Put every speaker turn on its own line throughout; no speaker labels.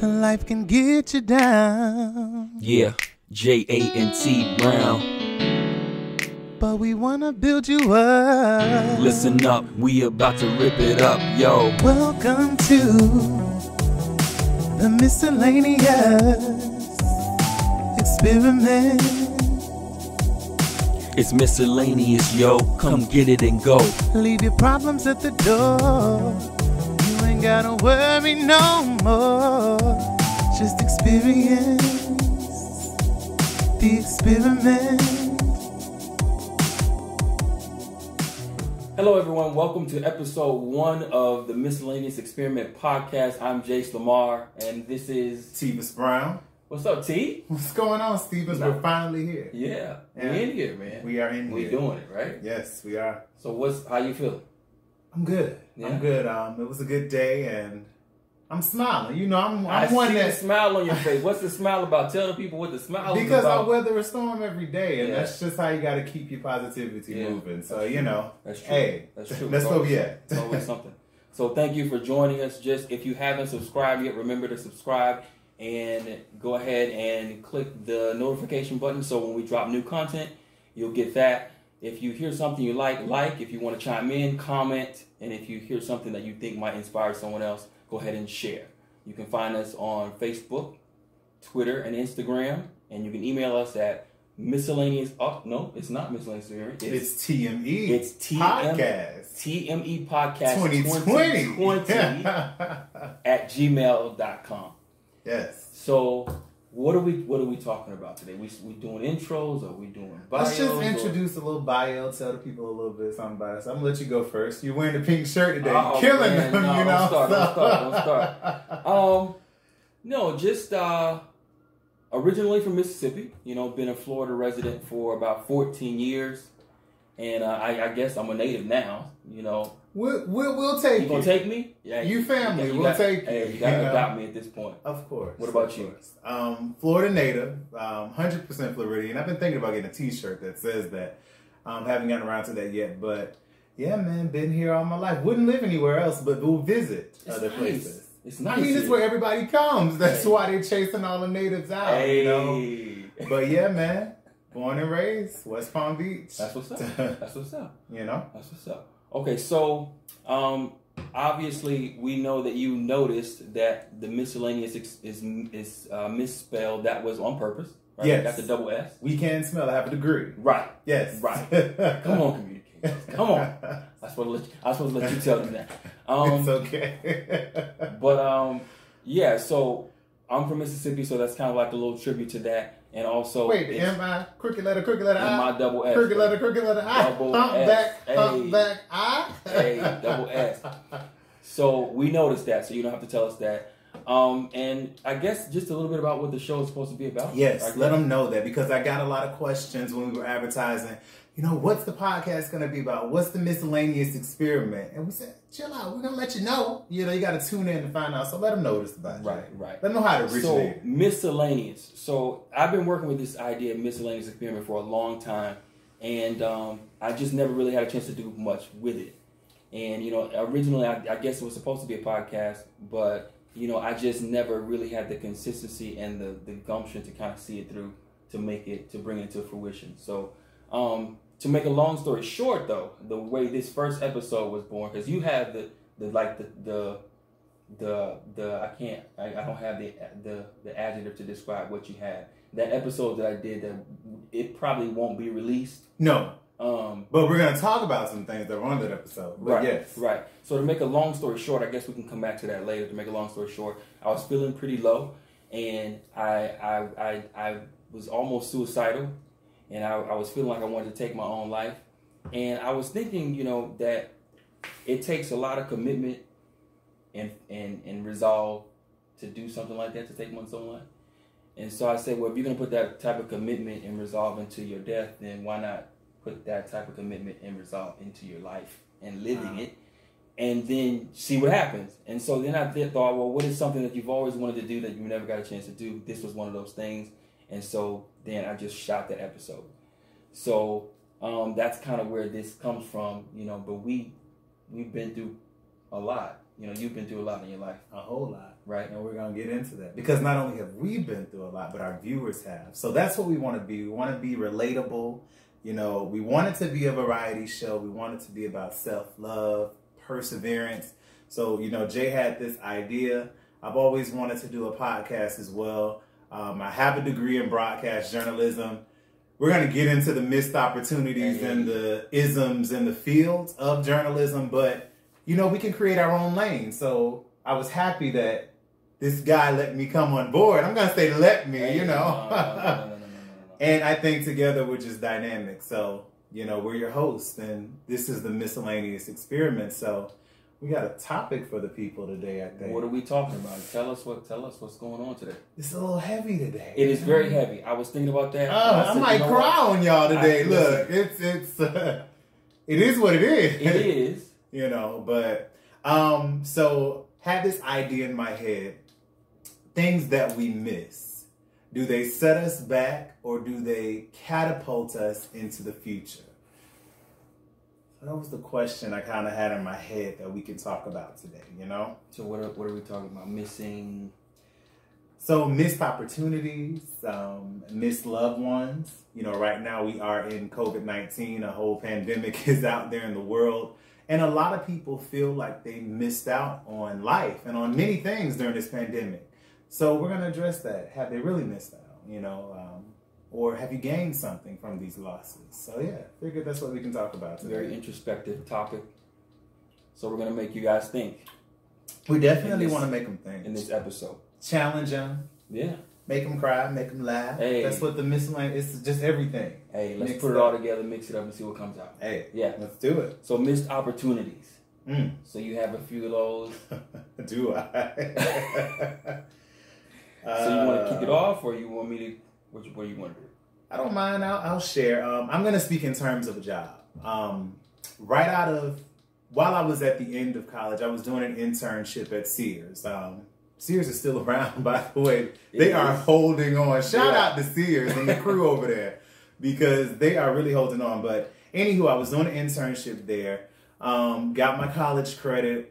life can get you down,
Yeah, J A N T Brown.
but we wanna build you up.
Listen up, we about to rip it up, yo.
Welcome to the miscellaneous experiment.
It's miscellaneous, yo. Come get it and go.
Leave your problems at the door. You ain't gotta worry no more. Just experience the experiment.
Hello, everyone. Welcome to episode one of the Miscellaneous Experiment podcast. I'm Jace Lamar, and this is
Stevens Brown.
what's up, T?
What's going on, Stevens?
Nah.
We're finally here.
Yeah,
Yeah.
we in here, man.
We are in
we
here.
doing it right.
Yes, we are.
So, what's how you feeling?
I'm good.
Yeah.
I'm good. Um, it was a good day, and I'm smiling. You know, I'm
I
I'm one
see the
that
smile on your face. What's the smile about? Tell the people what the smile is
because I
about.
weather a storm every day, and
Yeah.
that's just how you got to keep your positivity
Yeah.
moving. So you know,
That's true.
hey,
That's true.
That's
It's
where
always-
we at.
It's always something. So thank you for joining us. Just if you haven't subscribed yet, remember to subscribe and go ahead and click the notification button. So when we drop new content, you'll get that. If you hear something you like, like. If you want to chime in, comment. And if you hear something that you think might inspire someone else, go ahead and share. You can find us on Facebook, Twitter, and Instagram. And you can email us at miscellaneous. Oh, no, it's not miscellaneous. It's,
It's TME.
It's E. TM
podcast.
TME E Podcast
2020.
2020 E. at gmail.com.
yes.
So what are we what are we talking about today? We we doing intros? Are we doing bios?
Let's just
or-
introduce a little bio, tell the people a little bit something about us. I'm gonna let you go first. You're wearing a pink shirt today,
Oh,
killing
man,
them,
no,
you know.
don't start, don't
so-
start, don't Um no, just uh originally from Mississippi, you know, been a Florida resident for about 14 years. And uh, I, I guess I'm a native now, you know.
We'll, we'll, we'll take
You gonna
it.
take me? Yeah,
You family,
you
we'll
got-
take
hey,
you,
you gotta
you know?
adopt me at this point.
Of course.
What about
of
you?
course. Um, Florida native, um, 100% Floridian. I've been thinking about getting a T-shirt that says that. Um, haven't gotten around to that yet, but yeah, man, been here all my life. Wouldn't live anywhere else, but will visit
It's
other
nice.
places.
It's
I
nice.
mean, it's
here.
where everybody comes. That's
Hey.
why they're chasing all the natives out,
Hey.
you know. But yeah, man, born and raised West Palm Beach.
That's what's up. That's what's up.
you know.
That's what's up. Okay, so um, obviously we know that you noticed that the miscellaneous ex- is is uh, misspelled. That was on purpose. Right?
Yes.
Got the double S.
We can smell. I have a degree.
Right.
Yes.
Right. Come
Come
on, communicators. Come on. I was supposed to let you, I was supposed to let you tell them that.
it's
Um,
okay.
but um, yeah. So I'm from Mississippi, so that's kind of like a little tribute to that, and also
Wait,
it's
am I crooked letter, crooked letter I?
my double S.
crooked letter, crooked letter I.
Double
Humpback,
S,
humpback I.
A, double S. So we noticed that, so you don't have to tell us that. Um, and I guess just a little bit about what the show is supposed to be about. I
Yes,
guess.
let them know that because I got a lot of questions when we were advertising. You know, what's the podcast going to be about? What's the miscellaneous experiment? And we said, chill out. We're going to let you know. You know, you got to tune in to find out. So let them know this about you.
Right, right.
Let them know how to
So
originated.
miscellaneous. So I've been working with this idea of miscellaneous experiment for a long time, and um, I just never really had a chance to do much with it. And you know, originally I, I guess it was supposed to be a podcast, but you know, I just never really had the consistency and the the gumption to kind of see it through to make it to bring it to fruition. So um, to make a long story short, though, the way this first episode was born, because you have the the like the the the the I can't I, I don't have the the the adjective to describe what you had. That episode that I did that it probably won't be released.
no,
Um,
but we're going to talk about some things that were on that episode. But
right,
yes.
right. So to make a long story short, I guess we can come back to that later. To make a long story short, I was feeling pretty low, and I I I, I was almost suicidal, and I, I was feeling like I wanted to take my own life, and I was thinking, you know, that it takes a lot of commitment and and and resolve to do something like that to take one's own life. And so I said, well, if you're gonna put that type of commitment and resolve into your death, then why not put that type of commitment and resolve into your life and living it, and then see what happens. And so then I did thought, well, what is something that you've always wanted to do that you never got a chance to do? This was one of those things. And so then I just shot that episode. So um, that's kind of where this comes from, you know. But we we've been through a lot You know, you've been through a lot in your life,
a whole lot.
right?
And we're gonna get into that because not only have we been through a lot, but our viewers have. So that's what we want to be. We want to be relatable. You know, we want it to be a variety show. We want it to be about self love, perseverance. So you know, Jay had this idea. I've always wanted to do a podcast as well. Um, I have a degree in broadcast journalism. We're gonna get into the missed opportunities and the isms and the fields of journalism, but you know, we can create our own lane. So I was happy that this guy let me come on board. I'm gonna say let me, you know.
No, no, no, no, no, no, no, no, no.
and I think together we're just dynamic. So, you know, we're your hosts and this is the miscellaneous experiment. So we got a topic for the people today, I
What are
think.
we talking about? Tell us what. Tell us what's going on today.
It's a little heavy today.
It is very heavy. I was thinking about that.
Oh,
and I
I
said,
might
you know
cry on y'all today.
I-
Look, it's it's uh, it is what it is.
what? It is.
you know but um so had this idea in my head things that we miss do they set us back or do they catapult us into the future that was the question i kind of had in my head that we can talk about today you know
So what? Are, what are we talking about? Missing.
so missed opportunities um, missed loved ones you know right now we are in covid-19 a whole pandemic is out there in the world and a lot of people feel like they missed out on life and on many things during this pandemic so we're going to address that have they really missed out you know um, or have you gained something from these losses so yeah figured that's what we can talk about
It's a very
today
introspective topic. So we're gonna make you guys think
we definitely
in this-
want to make them
in
think
this episode.
challenge them
Yeah.
make them cry make them laugh
Hey.
that's what the miscellaneous it's just everything
Hey, let's
Mix
put
it
it all
up.
together, mix it up, and see what comes out.
hey
Yeah.
Let's do it.
So missed opportunities.
Mm.
So you have a few of those.
do I?
So
Uh,
you want to kick it off, or you want me to? What you, what you want to do?
Uh, I don't mind. I'll, I'll share. Um, I'm going to speak in terms of a job. Um, right out of, while I was at the end of college, I was doing an internship at Sears. Um, Sears is still around, by the way. They
It
are
is.
holding on. Shout
Yeah.
out to Sears and the crew over there because they are really holding on. But anywho, I was doing an internship there, um, got my college credit,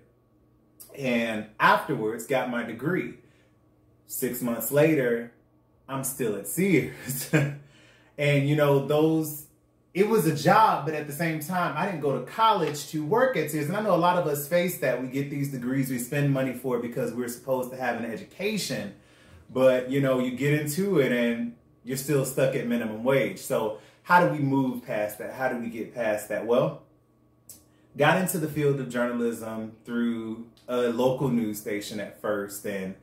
and afterwards got my degree. Six months later, I'm still at Sears. and you know, those it was a job, but at the same time, I didn't go to college to work at Sears. And I know a lot of us face that. We get these degrees, we spend money for it because we're supposed to have an education. But you know, you get into it and you're still stuck at minimum wage. So how do we move past that? How do we get past that? Well, got into the field of journalism through a local news station at first and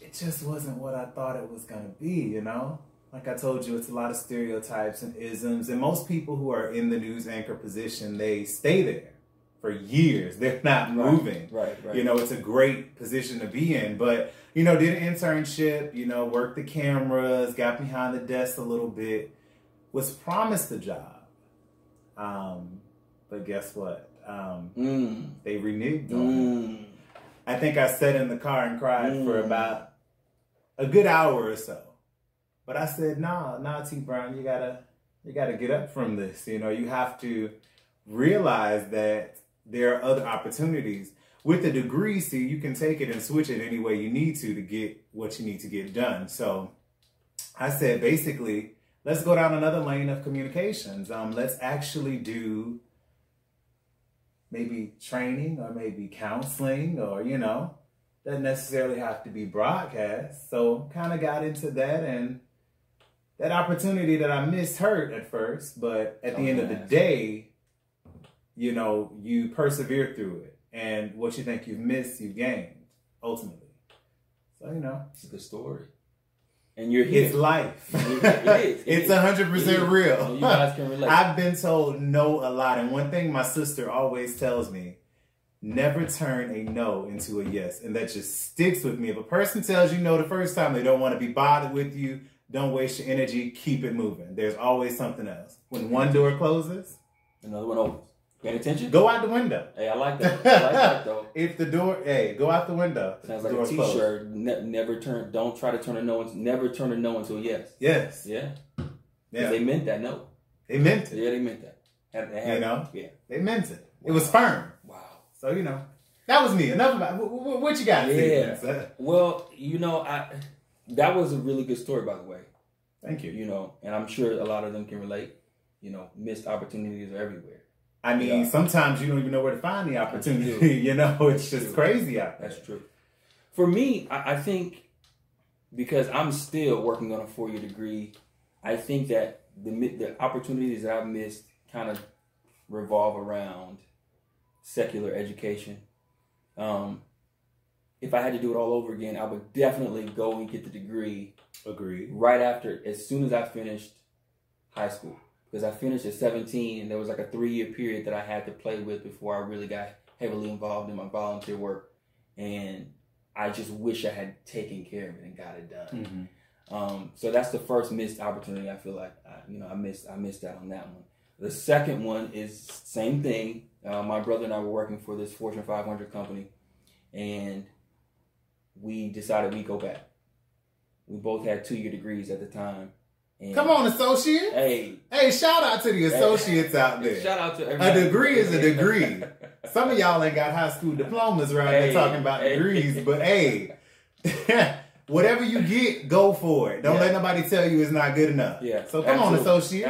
it just wasn't what I thought it was gonna be, you know? Like I told you, it's a lot of stereotypes and isms, and most people who are in the news anchor position, they stay there for years. They're not moving.
Right. Right.
You know, it's a great position to be in. But, you know, did an internship, you know, worked the cameras, got behind the desk a little bit, was promised the job. Um, but guess what? Um,
Mm.
they reneged on it.
Mm.
I think I sat in the car and cried for
Mm.
about a good hour or so. But I said, nah, nah, T Brown, you gotta you gotta get up from this. You know, you have to realize that there are other opportunities. With a degree, see, you can take it and switch it any way you need to to get what you need to get done. So I said, basically, let's go down another lane of communications. Um, let's actually do maybe training or maybe counseling or, you know, doesn't necessarily have to be broadcast. So kind of got into that and that opportunity that I missed hurt at first, but at the end of the
Okay.
day, you know, you persevere through it. And what you think you've missed, you've gained ultimately. So, you know,
It's a good story. And you're here.
it's life.
It- it is. It
it's
is.
a hundred percent
So
real.
you guys can relate.
I've been told no a lot, and one thing my sister always tells me: never turn a no into a yes, and that just sticks with me. If a person tells you no the first time, they don't want to be bothered with you. Don't waste your energy. Keep it moving. There's always something else. When one door closes,
Another one opens. Paying attention?
go out the window.
Hey, I like that. I like that though.
If the door, hey, go out the window.
Sounds
The
like a
door's closed.
T-shirt. Ne- never turn. Don't try to turn a no. Into, never turn a no into a yes.
Yes.
Yeah. 'Cause
Yeah.
They meant that no.
They meant it.
Yeah, they meant that. Had- they had-
You know?
Yeah.
They meant it. It was firm.
Wow.
So you know, That was me. Enough about what, what- what you got.
Yeah.
Stevens?
Well, you know, I that was a really good story, by the way.
Thank you.
You know, and I'm sure a lot of them can relate. You know, missed opportunities are everywhere.
I mean,
Yeah.
sometimes you don't even know where to find the
do.
opportunity. You know, it's
do.
just crazy out there.
That's true. For me, I, I think because I'm still working on a four year degree, I think that the mi- the opportunities that I've missed kind of revolve around secular education. Um, if I had to do it all over again, I would definitely go and get the degree
Agreed.
right after, as soon as I finished high school, because I finished at 17, and there was like a three year period that I had to play with before I really got heavily involved in my volunteer work. And I just wish I had taken care of it and got it done.
Mm-hmm.
Um, so that's the first missed opportunity. I feel like I, you know I missed I missed out on that one. The second one is same thing. Uh, my brother and I were working for this Fortune 500 company, and we decided we go back. We both had two year degrees at the time. And
Come on, associate.
hey!
Hey, shout out to the associates out there.
Shout out to
A
everybody.
degree is a degree. Some of y'all ain't got high school diplomas right
Hey,
there talking about
hey.
degrees, but hey, whatever you get, go for it. Don't
Yeah.
let nobody tell you it's not good enough.
Yeah,
So come on,
absolutely,
associate.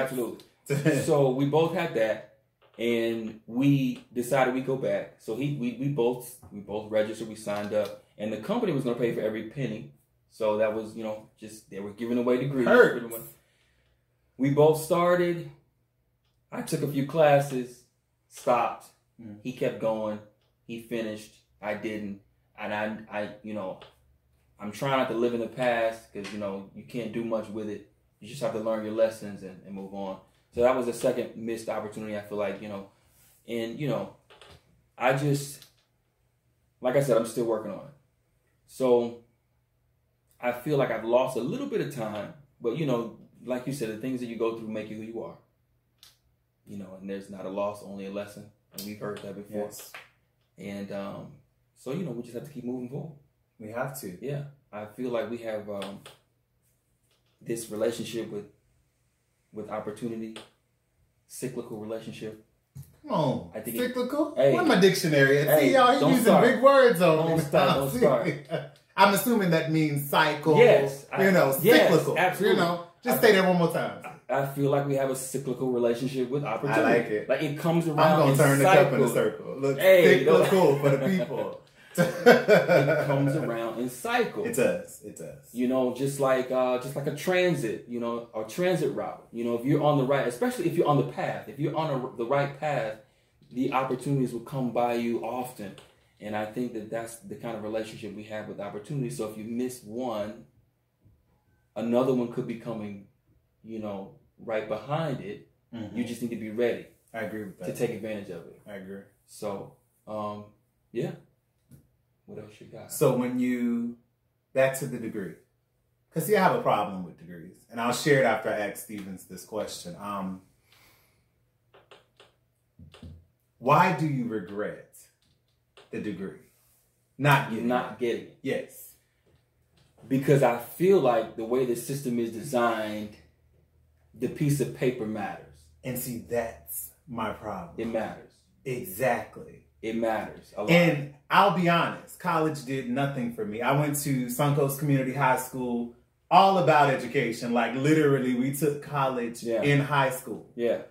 Absolutely. so we both had that, and we decided we go back. So he, we, we both, we both registered. We signed up, and the company was going to pay for every penny. So that was, you know, just they were giving away degrees.
Hurts.
Giving away- We both started. I took a few classes, stopped.
Mm.
He kept going. He finished. I didn't, and I, I, you know, I'm trying not to live in the past because you know you can't do much with it. You just have to learn your lessons and, and move on. So that was the second missed opportunity. I feel like you know, and you know, I just like I said, I'm still working on it. So I feel like I've lost a little bit of time, but you know, like you said, the things that you go through make you who you are. You know, and there's not a loss, only a lesson, and we've heard that before.
Yes,
And um, so you know, we just have to keep moving forward.
we have to.
Yeah, I feel like we have um, this relationship with with opportunity, cyclical relationship.
Come on.
I think it-
Cyclical?
Hey.
Where my dictionary at?
Hey,
See, y'all, he
don't
using
start.
big words on
Don't
me.
start, don't start.
I'm assuming that means cycle.
Yes, I-
You know,
yes,
cyclical.
absolutely.
You know, just say that one more time.
I feel like we have a cyclical relationship with opportunity.
like it.
Like it comes around.
I'm going
in
to turn the cup in a
cycles.
circle. Look,
Hey,
cyclical for the people.
It comes around in cycles.
It does. It does.
you know, just like uh, just like a transit, you know, a transit route. You know, if you're on the right, especially if you're on the path, if you're on a, the right path, the opportunities will come by you often. And I think that that's the kind of relationship we have with opportunity. So if you miss one, another one could be coming, you know, right behind it.
Mhm.
You just need to be ready
I agree with that.
to take advantage of it.
I agree.
So, um, yeah. What else you got?
So when you back to the degree, because see, I have a problem with degrees, and I'll share it after I ask Stevens this question. Um, why do you regret the degree? Not
You're
getting
not getting
it.
it.
yes.
because I feel like the way the system is designed, the piece of paper matters.
And see, that's my
It
problem.
matters.
Exactly.
It matters a lot.
And I'll be honest, college did nothing for me. I went to Suncoast Community High School, all about education. Like literally, we took college
Yeah.
in high school.
yeah,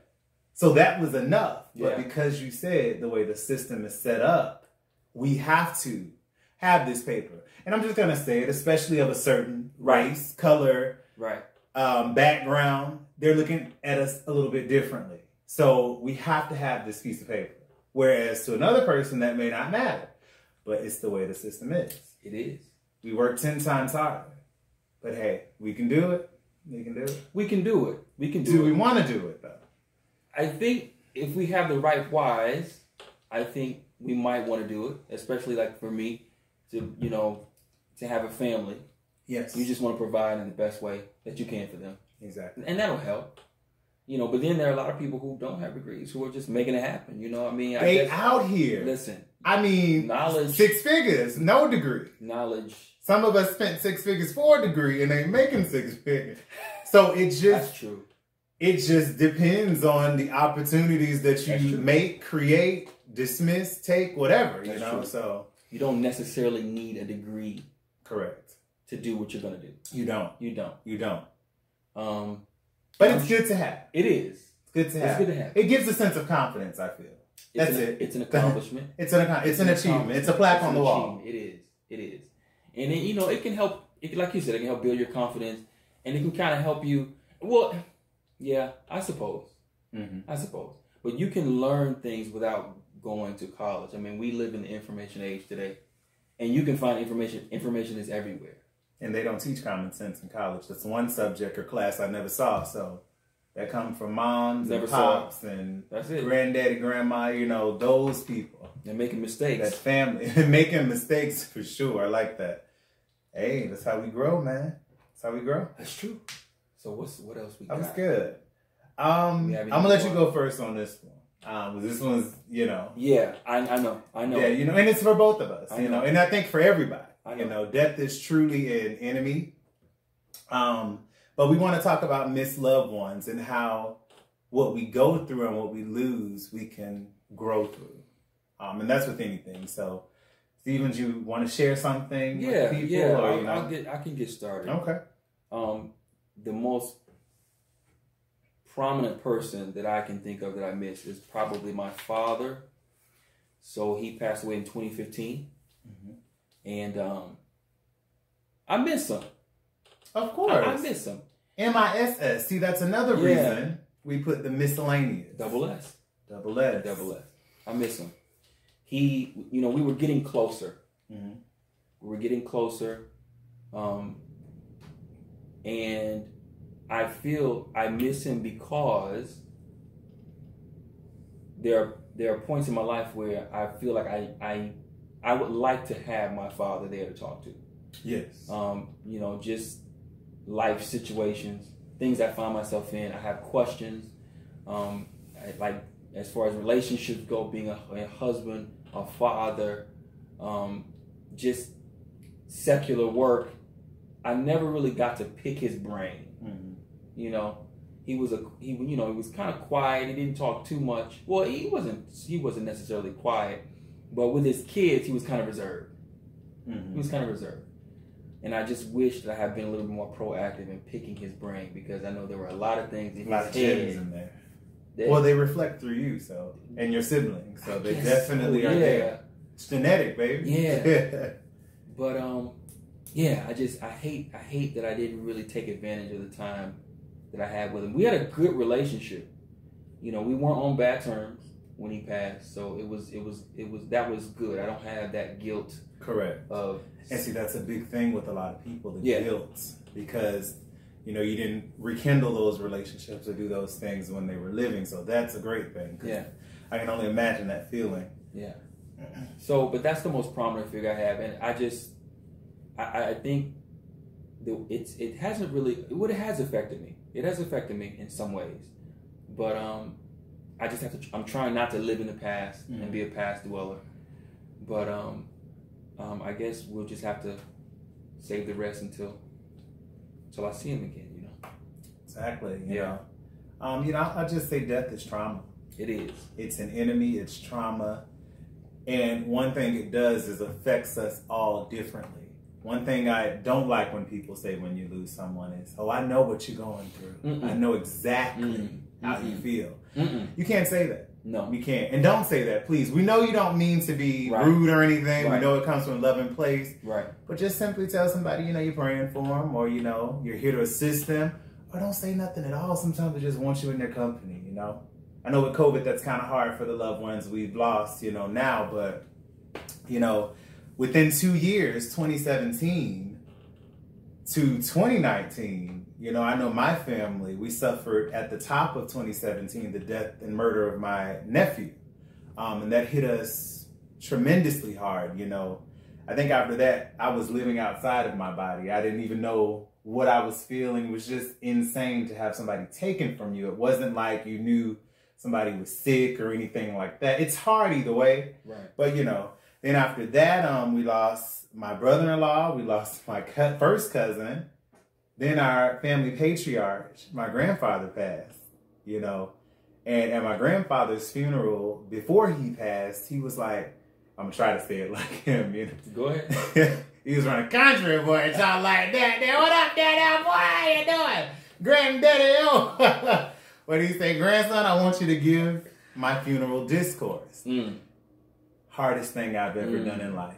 So that was enough. But
Yeah.
because you said the way the system is set up, we have to have this paper. And I'm just gonna say it, especially of a certain
Right.
race, color,
right.
um, background, they're looking at us a little bit differently. So we have to have this piece of paper. Whereas to another person, that may not matter, but it's the way the system is.
It is.
We work 10 times harder, but hey, we can do it. We can do it.
We can do it. We can do,
Do
it.
we want to do it though?
I think if we have the right whys, I think we might want to do it. Especially like for me, to you know, to have a family,
Yes.
you just want to provide in the best way that you can for them,
exactly.
and that'll help. You know, but then there are a lot of people who don't have degrees who are just making it happen. You know, what I mean, I
They
guess,
out here.
listen,
I mean,
knowledge,
six figures, no degree.
knowledge.
Some of us spent six figures for a degree and ain't making six figures. So it just
That's true.
It just depends on the opportunities that
That's
you
true.
make, create, dismiss, take, whatever. You
That's
know,
true.
so
You don't necessarily need a degree
correct.
to do what you're gonna do.
You don't.
You don't.
You don't.
Um,
But it's good to have.
it is.
It's good to
It's
have.
good to have.
It gives a sense of confidence. I feel
It's
That's
an,
it.
It's an accomplishment.
it's an accom- it's an achievement. It's a plaque
It's
on
an
the wall.
achievement. It is. It is. And then you know it can help. It can, like you said, it can help build your confidence, and it can kind of help you. Well, yeah, I suppose.
Mm-hmm.
I suppose. But you can learn things without going to college. I mean, we live in the information age today, and you can find information. Information is everywhere.
And they don't teach common sense in college. That's one subject or class I never saw. So that come from moms
Never
and
saw it.
pops and
That's it.
granddaddy, grandma. You know those people.
They're making mistakes.
That family making mistakes for sure. I like that. Hey, that's how we grow, man. That's how we grow.
That's true. So what's what else we
That
got?
was good. Um,
We have
I'm gonna let you
any more? Ah,
go first on this one. Um, 'cause this one's you know,
Yeah, I, I know. I know.
yeah, you know, and it's for both of us,
I
you know,
know.
and I think for everybody,
I
you
know.
know, death is truly an enemy. Um, but we want to talk about missed loved ones and how what we go through and what we lose, we can grow through, um, and that's with anything. So, Stevens, you want to share something
yeah,
with people,
yeah.
or
I'll,
you
I'll
know,
get. I can get started.
okay,
um, the most prominent person that I can think of that I miss is probably my father. So he passed away in 2015,
Mhm.
and um, I miss him.
of
I,
course,
I miss him.
MISS. See, that's another
Yeah.
reason we put the miscellaneous.
Double S,
Double S.
double S. I miss him. He, you know, we were getting closer.
Mhm.
We were getting closer, um, and I feel I miss him because there are there are points in my life where I feel like I I I would like to have my father there to talk to.
Yes.
Um, you know, just life situations, things I find myself in. I have questions, um, I- like as far as relationships go, being a, a husband, a father, um, just secular work. I never really got to pick his brain
Mhm.
you know he was a he you know he was kind of quiet he didn't talk too much well he wasn't he wasn't necessarily quiet but with his kids he was kind of reserved he
Mhm.
was kind of reserved and i just wish that i had been a little bit more proactive in picking his brain because i know there were a lot of things in
A lot of
his
gems
head
in there.
that
Well, they reflect through you, so and your siblings, so they
Yes. Oh,
definitely are
Yeah.
there. It's genetic, baby.
Yeah. but um yeah i just i hate i hate that i didn't really take advantage of the time that i had with him we had a good relationship you know we weren't on bad terms when he passed so it was it was it was that was good i don't have that guilt
Correct.
of
And see, that's a big thing with a lot of people, the
Yeah.
guilt, because you know you didn't rekindle those relationships or do those things when they were living. So that's a great thing. 'cause
Yeah.
I can only imagine that feeling.
yeah so but that's the most prominent figure i have and i just i i I think the, it's it hasn't really what it has affected me it has affected me in some ways but um i just have to i'm trying not to live in the past
Mhm.
and be a past dweller but um um i guess we'll just have to save the rest until until i see him again you know
Exactly. You
Yeah.
Know? Um, you know, I, I just say death is trauma.
it is
It's an enemy, it's trauma. And one thing it does is affects us all differently. One thing I don't like when people say when you lose someone is, oh, I know what you're going through.
Mm-mm.
I know exactly
Mm-mm.
how
Mm-hmm.
you feel.
Mm-mm.
You can't say that.
no
We can't. And don't say that, please. We know you don't mean to be
Right.
rude or anything. We
Right.
know it comes from a loving place.
right
But just simply tell somebody, you know, you're praying for them or, you know, you're here to assist them. Or don't say nothing at all. Sometimes they just want you in their company, you know? I know with COVID, that's kind of hard for the loved ones we've lost, you know, now. But, you know, within two years, 2017 to 2019, you know, I know my family, we suffered at the top of 2017 the death and murder of my nephew. Um, and that hit us tremendously hard, you know. I think after that, I was living outside of my body. I didn't even know what I was feeling. It was just insane to have somebody taken from you. It wasn't like you knew somebody was sick or anything like that. It's hard either way,
right
but you know. Then after that, um, we lost my brother-in-law. We lost my co- first cousin. Then our family patriarch, my grandfather, passed. you know. And at my grandfather's funeral, before he passed, he was like, I'm gonna try to say it like him, you
Go ahead.
know. he was running country boy and all like that. Then what up there, there boy? How you doing? Granddaddy oh But he said, Grandson, I want you to give my funeral discourse.
Mm.
Hardest thing I've ever
Mm.
done in life.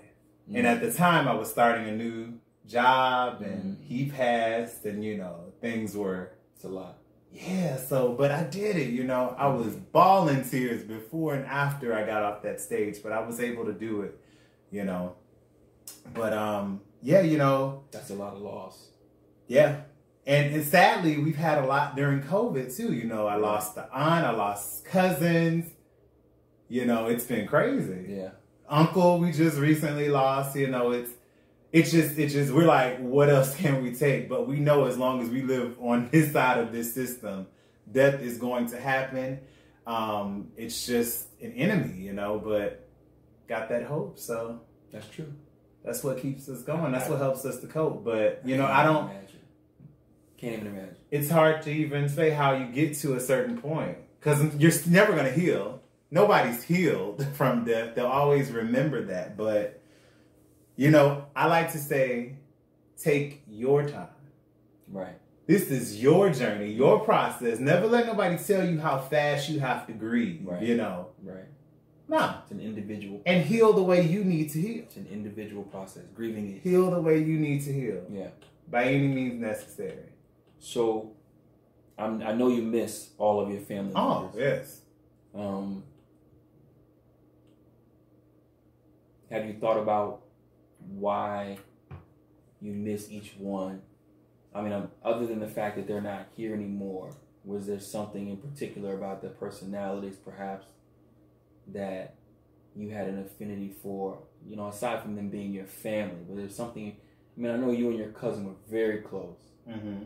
And at the time, I was starting a new job, and he passed, and you know, things were
it's a lot.
yeah, so, but I did it, you know. I was bawling tears before and after I got off that stage, but I was able to do it, you know. But um yeah, you know,
That's a lot of loss.
yeah. And, and sadly, we've had a lot during COVID too, you know. I lost the aunt, I lost cousins. You know, it's been crazy.
Yeah.
Uncle, we just recently lost, you know, it's it's just it's just we're like what else can we take but we know as long as we live on this side of this system death is going to happen um it's just an enemy you know but got that hope so
That's true.
that's what keeps us going that's what helps us to cope but you know i don't
Imagine. Can't even imagine.
it's hard to even say how you get to a certain point because you're never going to heal. Nobody's healed from death. They'll always remember that. But, you know, I like to say take your time.
Right.
This is your journey, your process. Never let nobody tell you how fast you have to grieve,
Right.
you know.
Right.
No.
It's an individual.
And heal the way you need to heal.
It's an individual process. Grieving is.
Heal the way you need to heal
Yeah.
by any means necessary.
So, I'm, I know you miss all of your family
Oh,
members.
yes.
Um, have you thought about why you miss each one? I mean, um, other than the fact that they're not here anymore, was there something in particular about their personalities, perhaps, that you had an affinity for? You know, aside from them being your family, but there's something. I mean, I know you and your cousin were very close
Mm-hmm.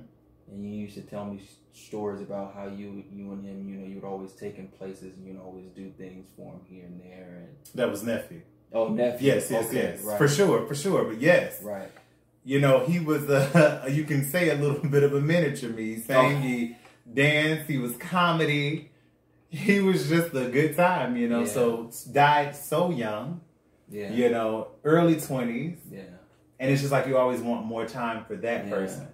and you used to tell me s- stories about how you you and him you know you would always take him places and you'd always do things for him here and there and
That was nephew.
oh nephew
Yes, yes,
Okay,
yes.
right
For sure, for sure. But yes.
right
you know, he was a, you can say a little bit of a miniature me. He sang,
Oh.
he danced, he was comedy. He was just a good time, you know.
Yeah.
So died so young,
yeah
you know, early 20s.
yeah
And it's just like you always want more time for that
Yeah.
person.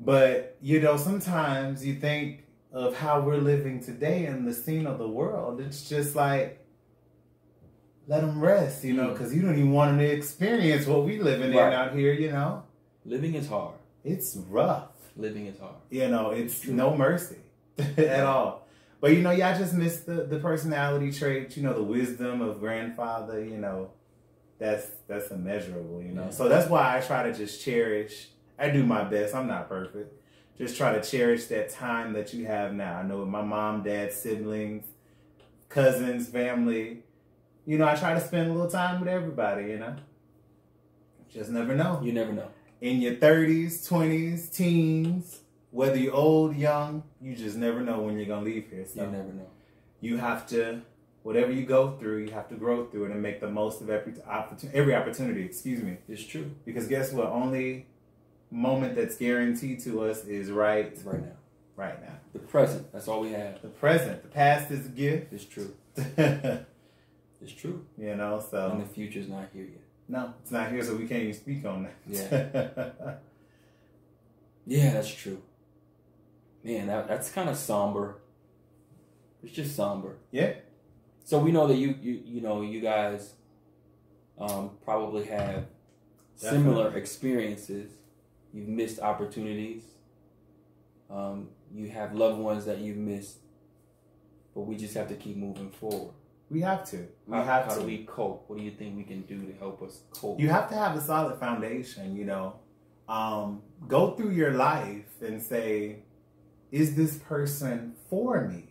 But, you know, sometimes you think of how we're living today in the scene of the world. It's just like, let them rest, you know,
Mm.
because you don't even want them to experience what we living in
Right.
out here, you know
living is hard
it's rough.
living is hard
You know, it's
True.
no mercy at all. But you know, y'all just miss the, the personality traits, you know, the wisdom of grandfather, you know. That's that's immeasurable, you know.
Yeah.
So that's why I try to just cherish I do my best. I'm not perfect. Just try to cherish that time that you have now. I know with my mom, dad, siblings, cousins, family. You know, I try to spend a little time with everybody, you know. Just never know
you never know
in your 30s, 20s, teens, whether you're old, young, you just never know when you're going to leave here.
you
So
never know
you have to, whatever you go through, you have to grow through it and make the most of every opportunity, every opportunity, excuse me.
it's true
Because guess what? Only moment that's guaranteed to us is right,
it's right now
right now.
the present that's all we have
The present, the past is a gift,
it's true
you
it's true
know,
and
so
the future's not here yet
no, it's not here, so we can't even speak on that. Yeah.
yeah that's true man that, that's kind of somber it's just somber
yeah.
So we know that you you you know you guys um, probably have similar
Definitely.
experiences. You've missed opportunities. Um, you have loved ones that you've missed, but we just have to keep moving forward.
We have to. We
how,
have
how
to.
do we cope? What do you think we can do to help us cope?
you have to have a solid foundation you know um, go through your life and say is this person for me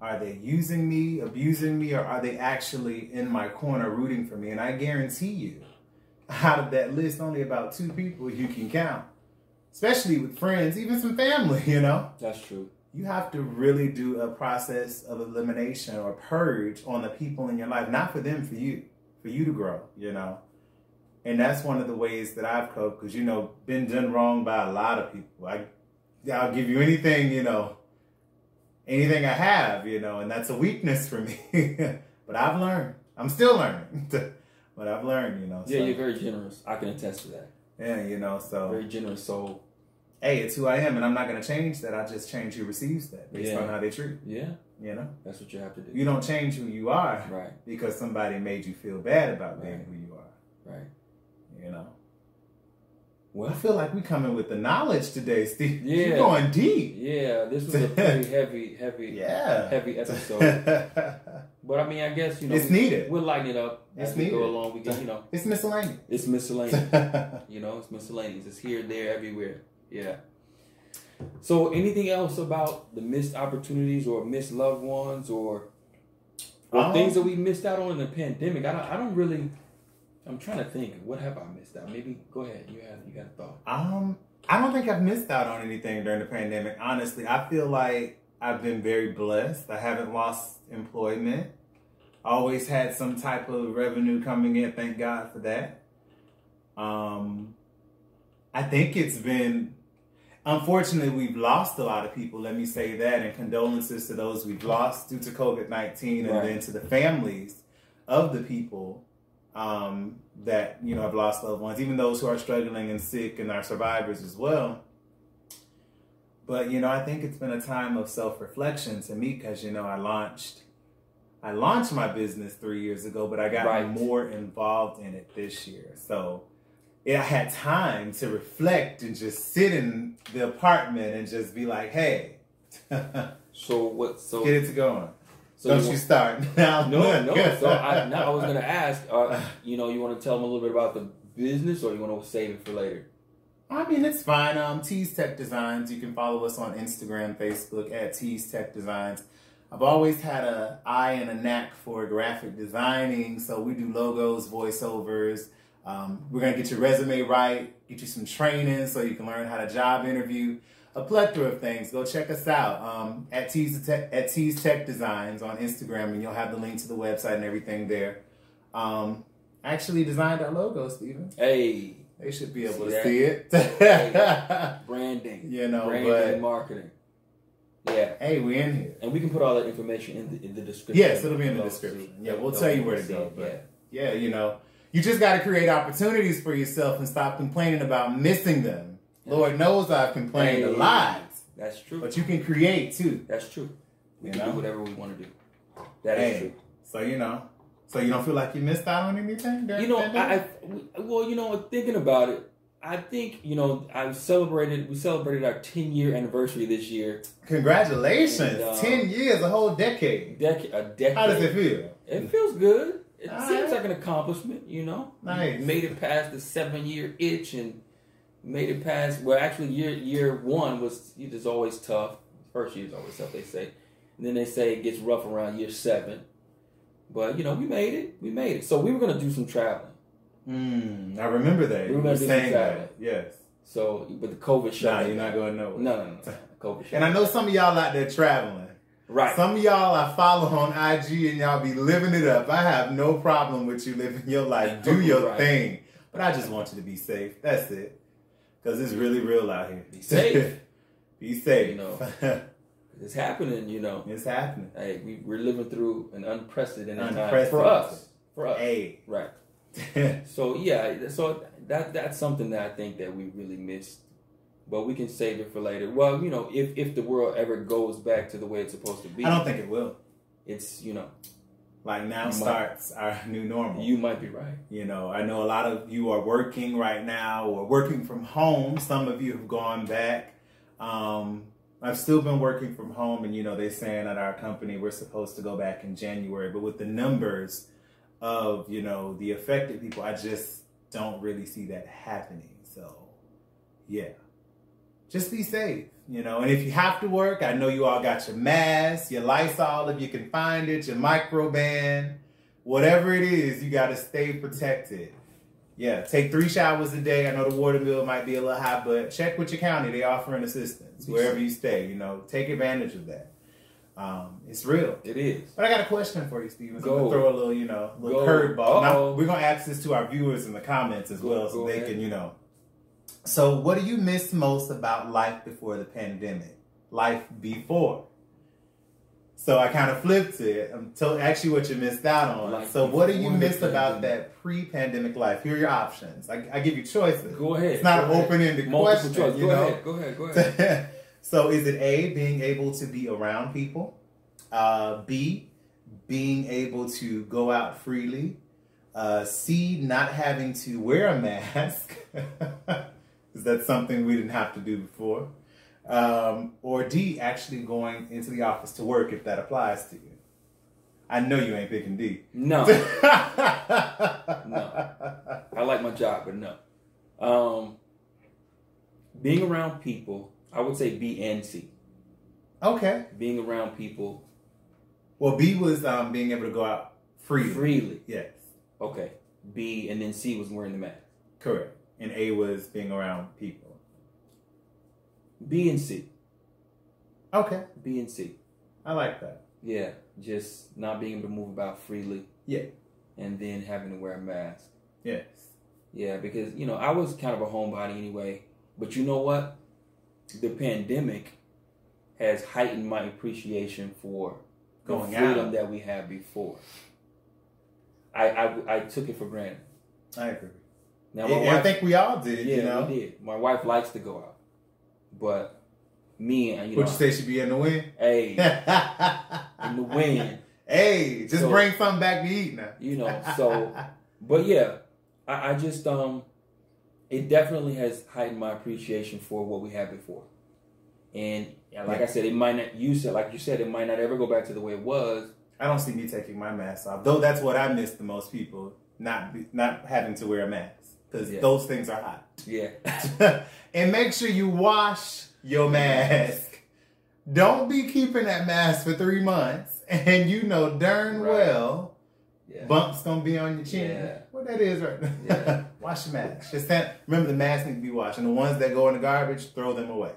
are they using me abusing me or are they actually in my corner rooting for me and i guarantee you out of that list only about two people you can count especially with friends even some family you know
That's true.
you have to really do a process of elimination or purge on the people in your life, not for them, for you, for you to grow, you know. And that's one of the ways that I've coped because, you know, been done wrong by a lot of people. I, I'll give you anything, you know, anything I have, you know, and that's a weakness for me. but I've learned. I'm still learning. but I've learned, you know.
Yeah,
so,
you're very generous. I can attest to that.
yeah, you know, so
Very generous soul.
hey, it's who I am and I'm not gonna change that. I just change who receives that based
Yeah.
on how they treat,
Yeah,
you know.
that's what you have to do.
You don't change who you are
Right,
because somebody made you feel bad about being
Right.
who you are,
right.
you know. I
Well,
feel like we coming with the knowledge today, Steve. You're
Yeah.
going deep.
yeah, this was a pretty heavy, heavy,
Yeah.
heavy episode. But I mean, I guess you know
It's
we,
needed.
We'll lighten it up as
It's
we
needed.
go along. We get you know
it's miscellaneous.
it's miscellaneous. you know it's miscellaneous. It's here, there, everywhere. Yeah. So anything else about the missed opportunities or missed loved ones or or
Um,
things that we missed out on in the pandemic? I don't. I don't really. I'm trying to think. What have I missed out? Maybe go ahead. You had you got a thought.
Um, I don't think I've missed out on anything during the pandemic. Honestly, I feel like I've been very blessed. I haven't lost employment. I always had some type of revenue coming in. Thank God for that. Um, I think it's been. Unfortunately, we've lost a lot of people. Let me say that, and condolences to those we've lost due to COVID nineteen, and
Right.
then to the families of the people um, that you know have lost loved ones, even those who are struggling and sick and are survivors as well. But you know, I think it's been a time of self reflection to me because you know I launched, I launched my business three years ago, but I got
Right.
more involved in it this year, so. I had time to reflect and just sit in the apartment and just be like, "Hey, get
So what? So
it to going."
so
Don't
you
you,
want-
start now?
No, no. So I, now I was gonna ask. Uh, you know, you want to tell them a little bit about the business, or you want to save it for later?
I mean, it's fine. Um, Tees Tech Designs. You can follow us on Instagram, Facebook at Tees Tech Designs. I've always had a eye and a knack for graphic designing, so we do logos, voiceovers. Um, we're gonna get your resume right, get you some training so you can learn how to job interview, a plethora of things. Go check us out um, at Tees Tech, at Tees Tech Designs on Instagram, and you'll have the link to the website and everything there. Um, I actually designed our logo, Steven.
Hey,
They should be able
See
to
that?
see it.
branding.
You know,
branding
but-
and marketing. Yeah,
hey, we in here.
and we can put all that information in the, in the description.
Yes, it'll be in the
Those-
description.
see,
Yeah, we'll
those
tell you
people
where to
see
go,
it,
but- Yeah, you know, you just got to create opportunities for yourself and stop complaining about missing them. Lord knows I've complained a
Hey.
lot,
that's true.
but you can create too.
that's true. We
You
can
know?
do whatever we want to do. That is
Hey,
true.
so you know, so you don't feel like you missed out on anything. During
You know,
the
I,
pandemic?
I well, you know, thinking about it, I think you know, I celebrated. We celebrated our ten year anniversary this year.
congratulations,
And, uh,
ten years, a whole decade.
Dec- a decade.
How does it feel?
It feels good. It
All
seems
right.
like an accomplishment, you know.
Nice.
Made it past the seven year itch and made it past. Well, actually, year year one was it is always tough. First year is always tough, they say. And then they say it gets rough around year seven. But you know, we made it. We made it. So we were gonna do some traveling.
Mm, I remember that. You
Hmm, Remember
were
this
saying
exactly.
that. Yes.
So, but the COVID shut.
Nah,
it
you're not
down.
going nowhere.
No, no, no. no. COVID shut.
And I
it
know
down.
some of y'all out there traveling.
Right.
Some of y'all I follow on IG and y'all be living it up. I have no problem with you living your life. Do your
Right.
thing. But I just want you to be safe. That's it. Because it's really real out here.
Be safe.
be safe.
You know. it's happening. You know.
it's happening.
Hey, we, we're living through an unprecedented, time for
Unprecedented.
us. For us.
Hey.
Right. So yeah, so that that's something that I think that we really missed, but we can save it for later. Well, you know, if if the world ever goes back to the way it's supposed to be,
I don't think it will.
it's you know
Like now
You might-
starts our new normal.
you might be right.
You know, I know a lot of you are working right now or working from home. Some of you have gone back. Um, I've still been working from home, and you know, they're saying at our company we're supposed to go back in January, but with the numbers of you know the affected people, I just don't really see that happening. So, yeah, just be safe. You know, and if you have to work, I know you all got your mask, your Lysol if you can find it, your microband whatever it is, you gotta stay protected. Yeah, take three showers a day. I know the water bill might be a little high, but check with your county. They offering assistance wherever you stay. You know, take advantage of that. Um, it's real.
It is.
But I got a question for you, Steven. So I'm
Go.
gonna throw a little, you know, little
Go.
curveball. And I'm-
Uh-oh.
We're gonna ask this to our viewers in the comments as
Go-
well, so
go
they
ahead.
can, you know. So, what do you miss most about life before the pandemic? Life before. So I kind of flipped it. I'm to actually what you missed out on.
Like
so what do you
before the
miss about
pandemic.
that pre-pandemic life? Here are your options. I, I give you choices.
Go ahead.
It's not
Go
an
ahead.
open-ended
Multiple
question.
choice.
You
Go
know?
ahead. Go ahead. Go ahead.
so is it A, being able to be around people? Uh, B, being able to go out freely? Uh, C, not having to wear a mask? is that something we didn't have to do before? Um, or D, actually going into the office to work if that applies to you? I know you ain't picking D.
No, I like my job, but no. Um, being around people, I would say B and C.
Okay.
Being around people
Well, B was um, being able to go out freely.
freely.
Yes,
Okay. B and then C was wearing the mask.
correct. And A was being around people.
B and C.
Okay,
B and C.
I like that.
Yeah, just not being able to move about freely.
Yeah.
And then having to wear a mask.
Yes.
Yeah, because you know I was kind of a homebody anyway, but you know what? The pandemic has heightened my appreciation for the
Going
freedom
out.
that we had before. I, I I took it for granted.
I agree.
Now
And- and I think we all did,
yeah,
you know.
we did. My wife likes to go out, but me and you
Would
know,
you say should be in the wind?
hey, in
in
the wind,
Hey, just
So-
bring something back to eat now.
you know. So, but yeah, I, I just um, it definitely has heightened my appreciation for what we had before, and yeah, like I said, it might not. You said, like you said, it might not ever go back to the way it was.
I don't see me taking my mask off, though. That's what I miss the most. People not be, not having to wear a mask because
Yeah.
those things are hot.
Yeah,
and make sure you wash your mask. Don't be keeping that mask for three months, and you know darn
Right.
well
yeah,
bumps gonna be on your chin.
Yeah.
What that is right now.
Yeah.
Wash your mask. Just stand, remember the mask need to be washed, and the ones that go in the garbage, throw them away.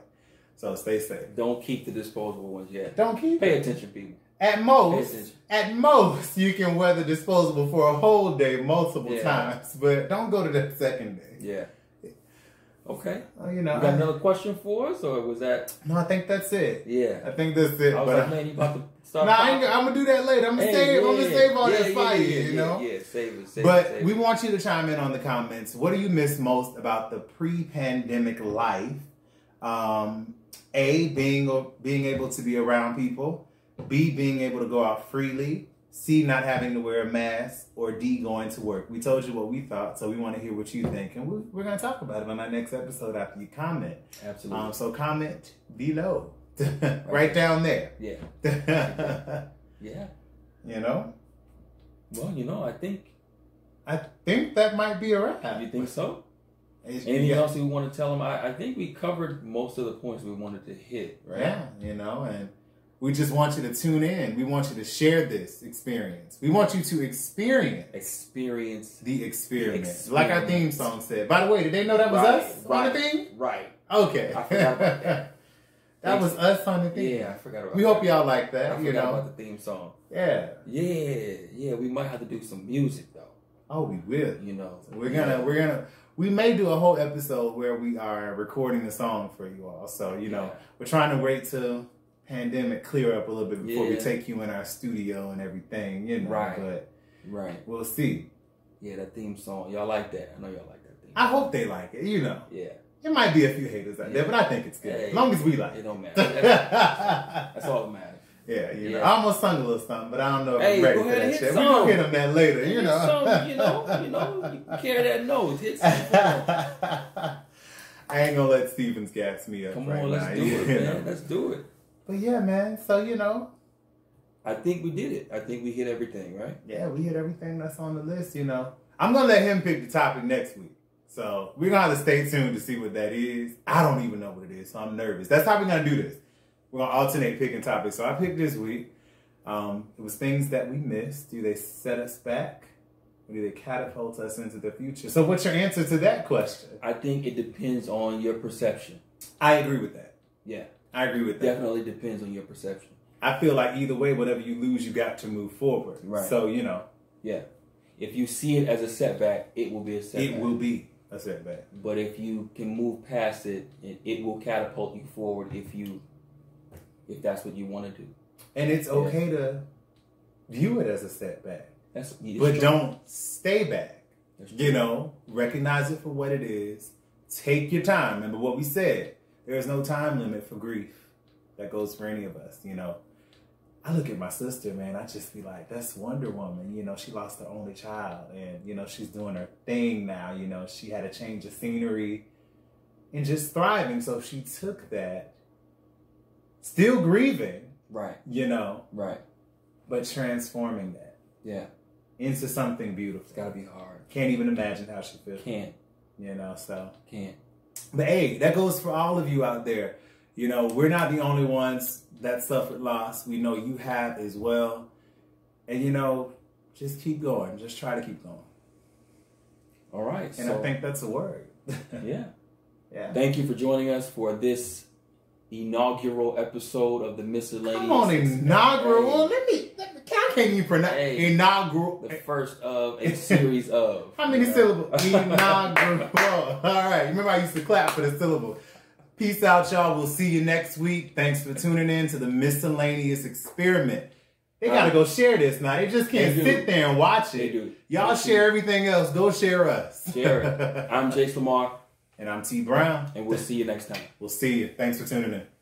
So stay safe.
don't keep the disposable ones yet.
Don't keep
Pay
it.
attention, people.
At
Pay
most,
attention.
at most, you can wear the disposable for a whole day, multiple
Yeah.
times, but don't go to that second day.
Yeah. Okay.
Oh, you
You
know,
got
I,
another question for us, or was that?
no, I think that's it. I
Yeah.
think that's it.
I was
but
like, man, you about to start.
Nah, I ain't, I'm gonna do that later. I'm gonna
Hey,
save. I'm gonna
yeah,
save all
yeah,
that
yeah,
fire,
yeah,
you
yeah,
know.
Yeah, save it, save it.
but
save
we
it.
want you to chime in on the comments. What do you miss most about the pre-pandemic life? Um, a being being able to be around people. B being able to go out freely. C not having to wear a mask. Or D going to work. We told you what we thought, so we want to hear what you think, and we, we're gonna talk about it on our next episode after you comment.
Absolutely.
Um, so comment below, right down there.
yeah.
you
Yeah.
know,
Well, you know, I think
I think that might be a wrap.
you think so.
It's-
Anything
yeah,
else we want to tell them? I, I think we covered most of the points we wanted to hit, right?
yeah, you know, and we just want you to tune in. We want you to share this experience. We want you to experience
Experience.
the experiment, like our theme
Experience.
song said. By the way, did they know that was
Right,
us on the
right,
theme?
Right.
Okay,
I forgot about
that.
Thanks.
was us on the theme.
Yeah, I forgot about.
we
that.
hope y'all like
I
that.
forgot
You know,
about the theme song.
yeah.
Yeah, yeah. We might have to do some music though.
Oh, we will.
You know,
We're gonna we're gonna we may do a whole episode where we are recording the song for you all. So you know
Yeah.
we're trying to wait till pandemic clear up a little bit before we
Yeah.
take you in our studio and everything. You know,
Right.
but
Right.
we'll see.
Yeah, that theme song. Y'all like that? I know y'all like that theme.
I hope they like it. You know,
Yeah.
there might be a few haters out there,
Yeah.
but I think it's good
Hey.
as long as we like
It
it.
don't matter. That's, that's
yeah,
all that matters.
you know,
Yeah.
I almost sung a little something, but I don't know if
Hey,
I'm ready
go
for
ahead and
that
hit
shit. We
some.
gonna hit them that later. You
Hit
know,
some, you know, you know, you carry that nose. Hit some.
I ain't gonna let Stevens gas me up
Come
right
on, let's
now.
do
you
it,
know.
man. Let's do it.
But yeah, man. So you know,
I think we did it. I think we hit everything, right?
yeah, we hit everything that's on the list. You know, I'm gonna let him pick the topic next week. So we're gonna have to stay tuned to see what that is. I don't even know what it is, so I'm nervous. That's how we're gonna do this. We're gonna alternate picking topics. So I picked this week. Um, it was things that we missed. Do they set us back? Or do they catapult us into the future? So what's your answer to that question?
I think it depends on your perception.
I agree with that.
Yeah,
I agree with that.
definitely depends on your perception.
I feel like either way, whatever you lose, you got to move forward.
Right.
So you know,
Yeah. If you see it as a setback, it will be a setback.
it will be a setback.
But if you can move past it, it, it will catapult you forward if you if that's what you want to do.
And it's okay to view it as a setback,
That's yeah, it's
but
true.
don't stay back.
That's true.
You know, recognize it for what it is. Take your time. Remember what we said. There's no time limit for grief. That goes for any of us, you know. I look at my sister, man, I just be like, that's Wonder Woman. You know, she lost her only child and, you know, she's doing her thing now. You know, she had a change of scenery and just thriving. So she took that, still grieving,
Right,
you know,
right.
but transforming that
Yeah,
into something
it's
beautiful.
gotta be hard.
Can't even imagine how she feels,
Can't,
you know, so.
can't.
But hey, that goes for all of you out there. You know, we're not the only ones that suffered loss. We know you have as well. And you know, just keep going. Just try to keep going.
All right.
And
so,
I think that's a word.
yeah.
yeah.
Thank you for joining us for this inaugural episode of the Miscellaneous.
Come on, inaugural. Let me, let me. How can you pronounce
Hey.
inaugural?
The first of a series of.
How many
you know?
syllables? inaugural. All right. Remember, I used to clap for the syllable. Peace out, y'all. We'll see you next week. Thanks for tuning in to the miscellaneous experiment. They gotta go share this now. They just can't
They do.
sit there and watch it.
They do.
Y'all
They do.
share everything else. Go share us.
Share it. I'm Jace Lamar,
and I'm T Brown.
and we'll see you next time.
We'll see you. Thanks for tuning in.